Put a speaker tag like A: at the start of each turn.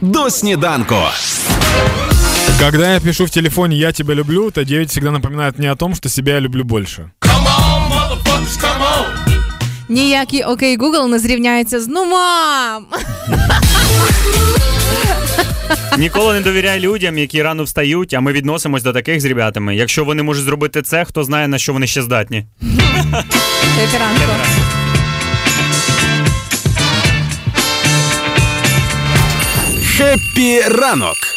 A: до сніданку.
B: Когда я пишу в телефоне «Я тебя люблю», то 9 всегда напоминает мне о том, что себя я люблю больше.
C: Ніякий окей, Google не зрівняється з ну мам.
D: Ніколи не довіряй людям, які рано встають, а ми відносимось до таких з ребятами. Якщо вони можуть зробити це, хто знає на що вони ще здатні.
C: Екранко.
A: Хеппі ранок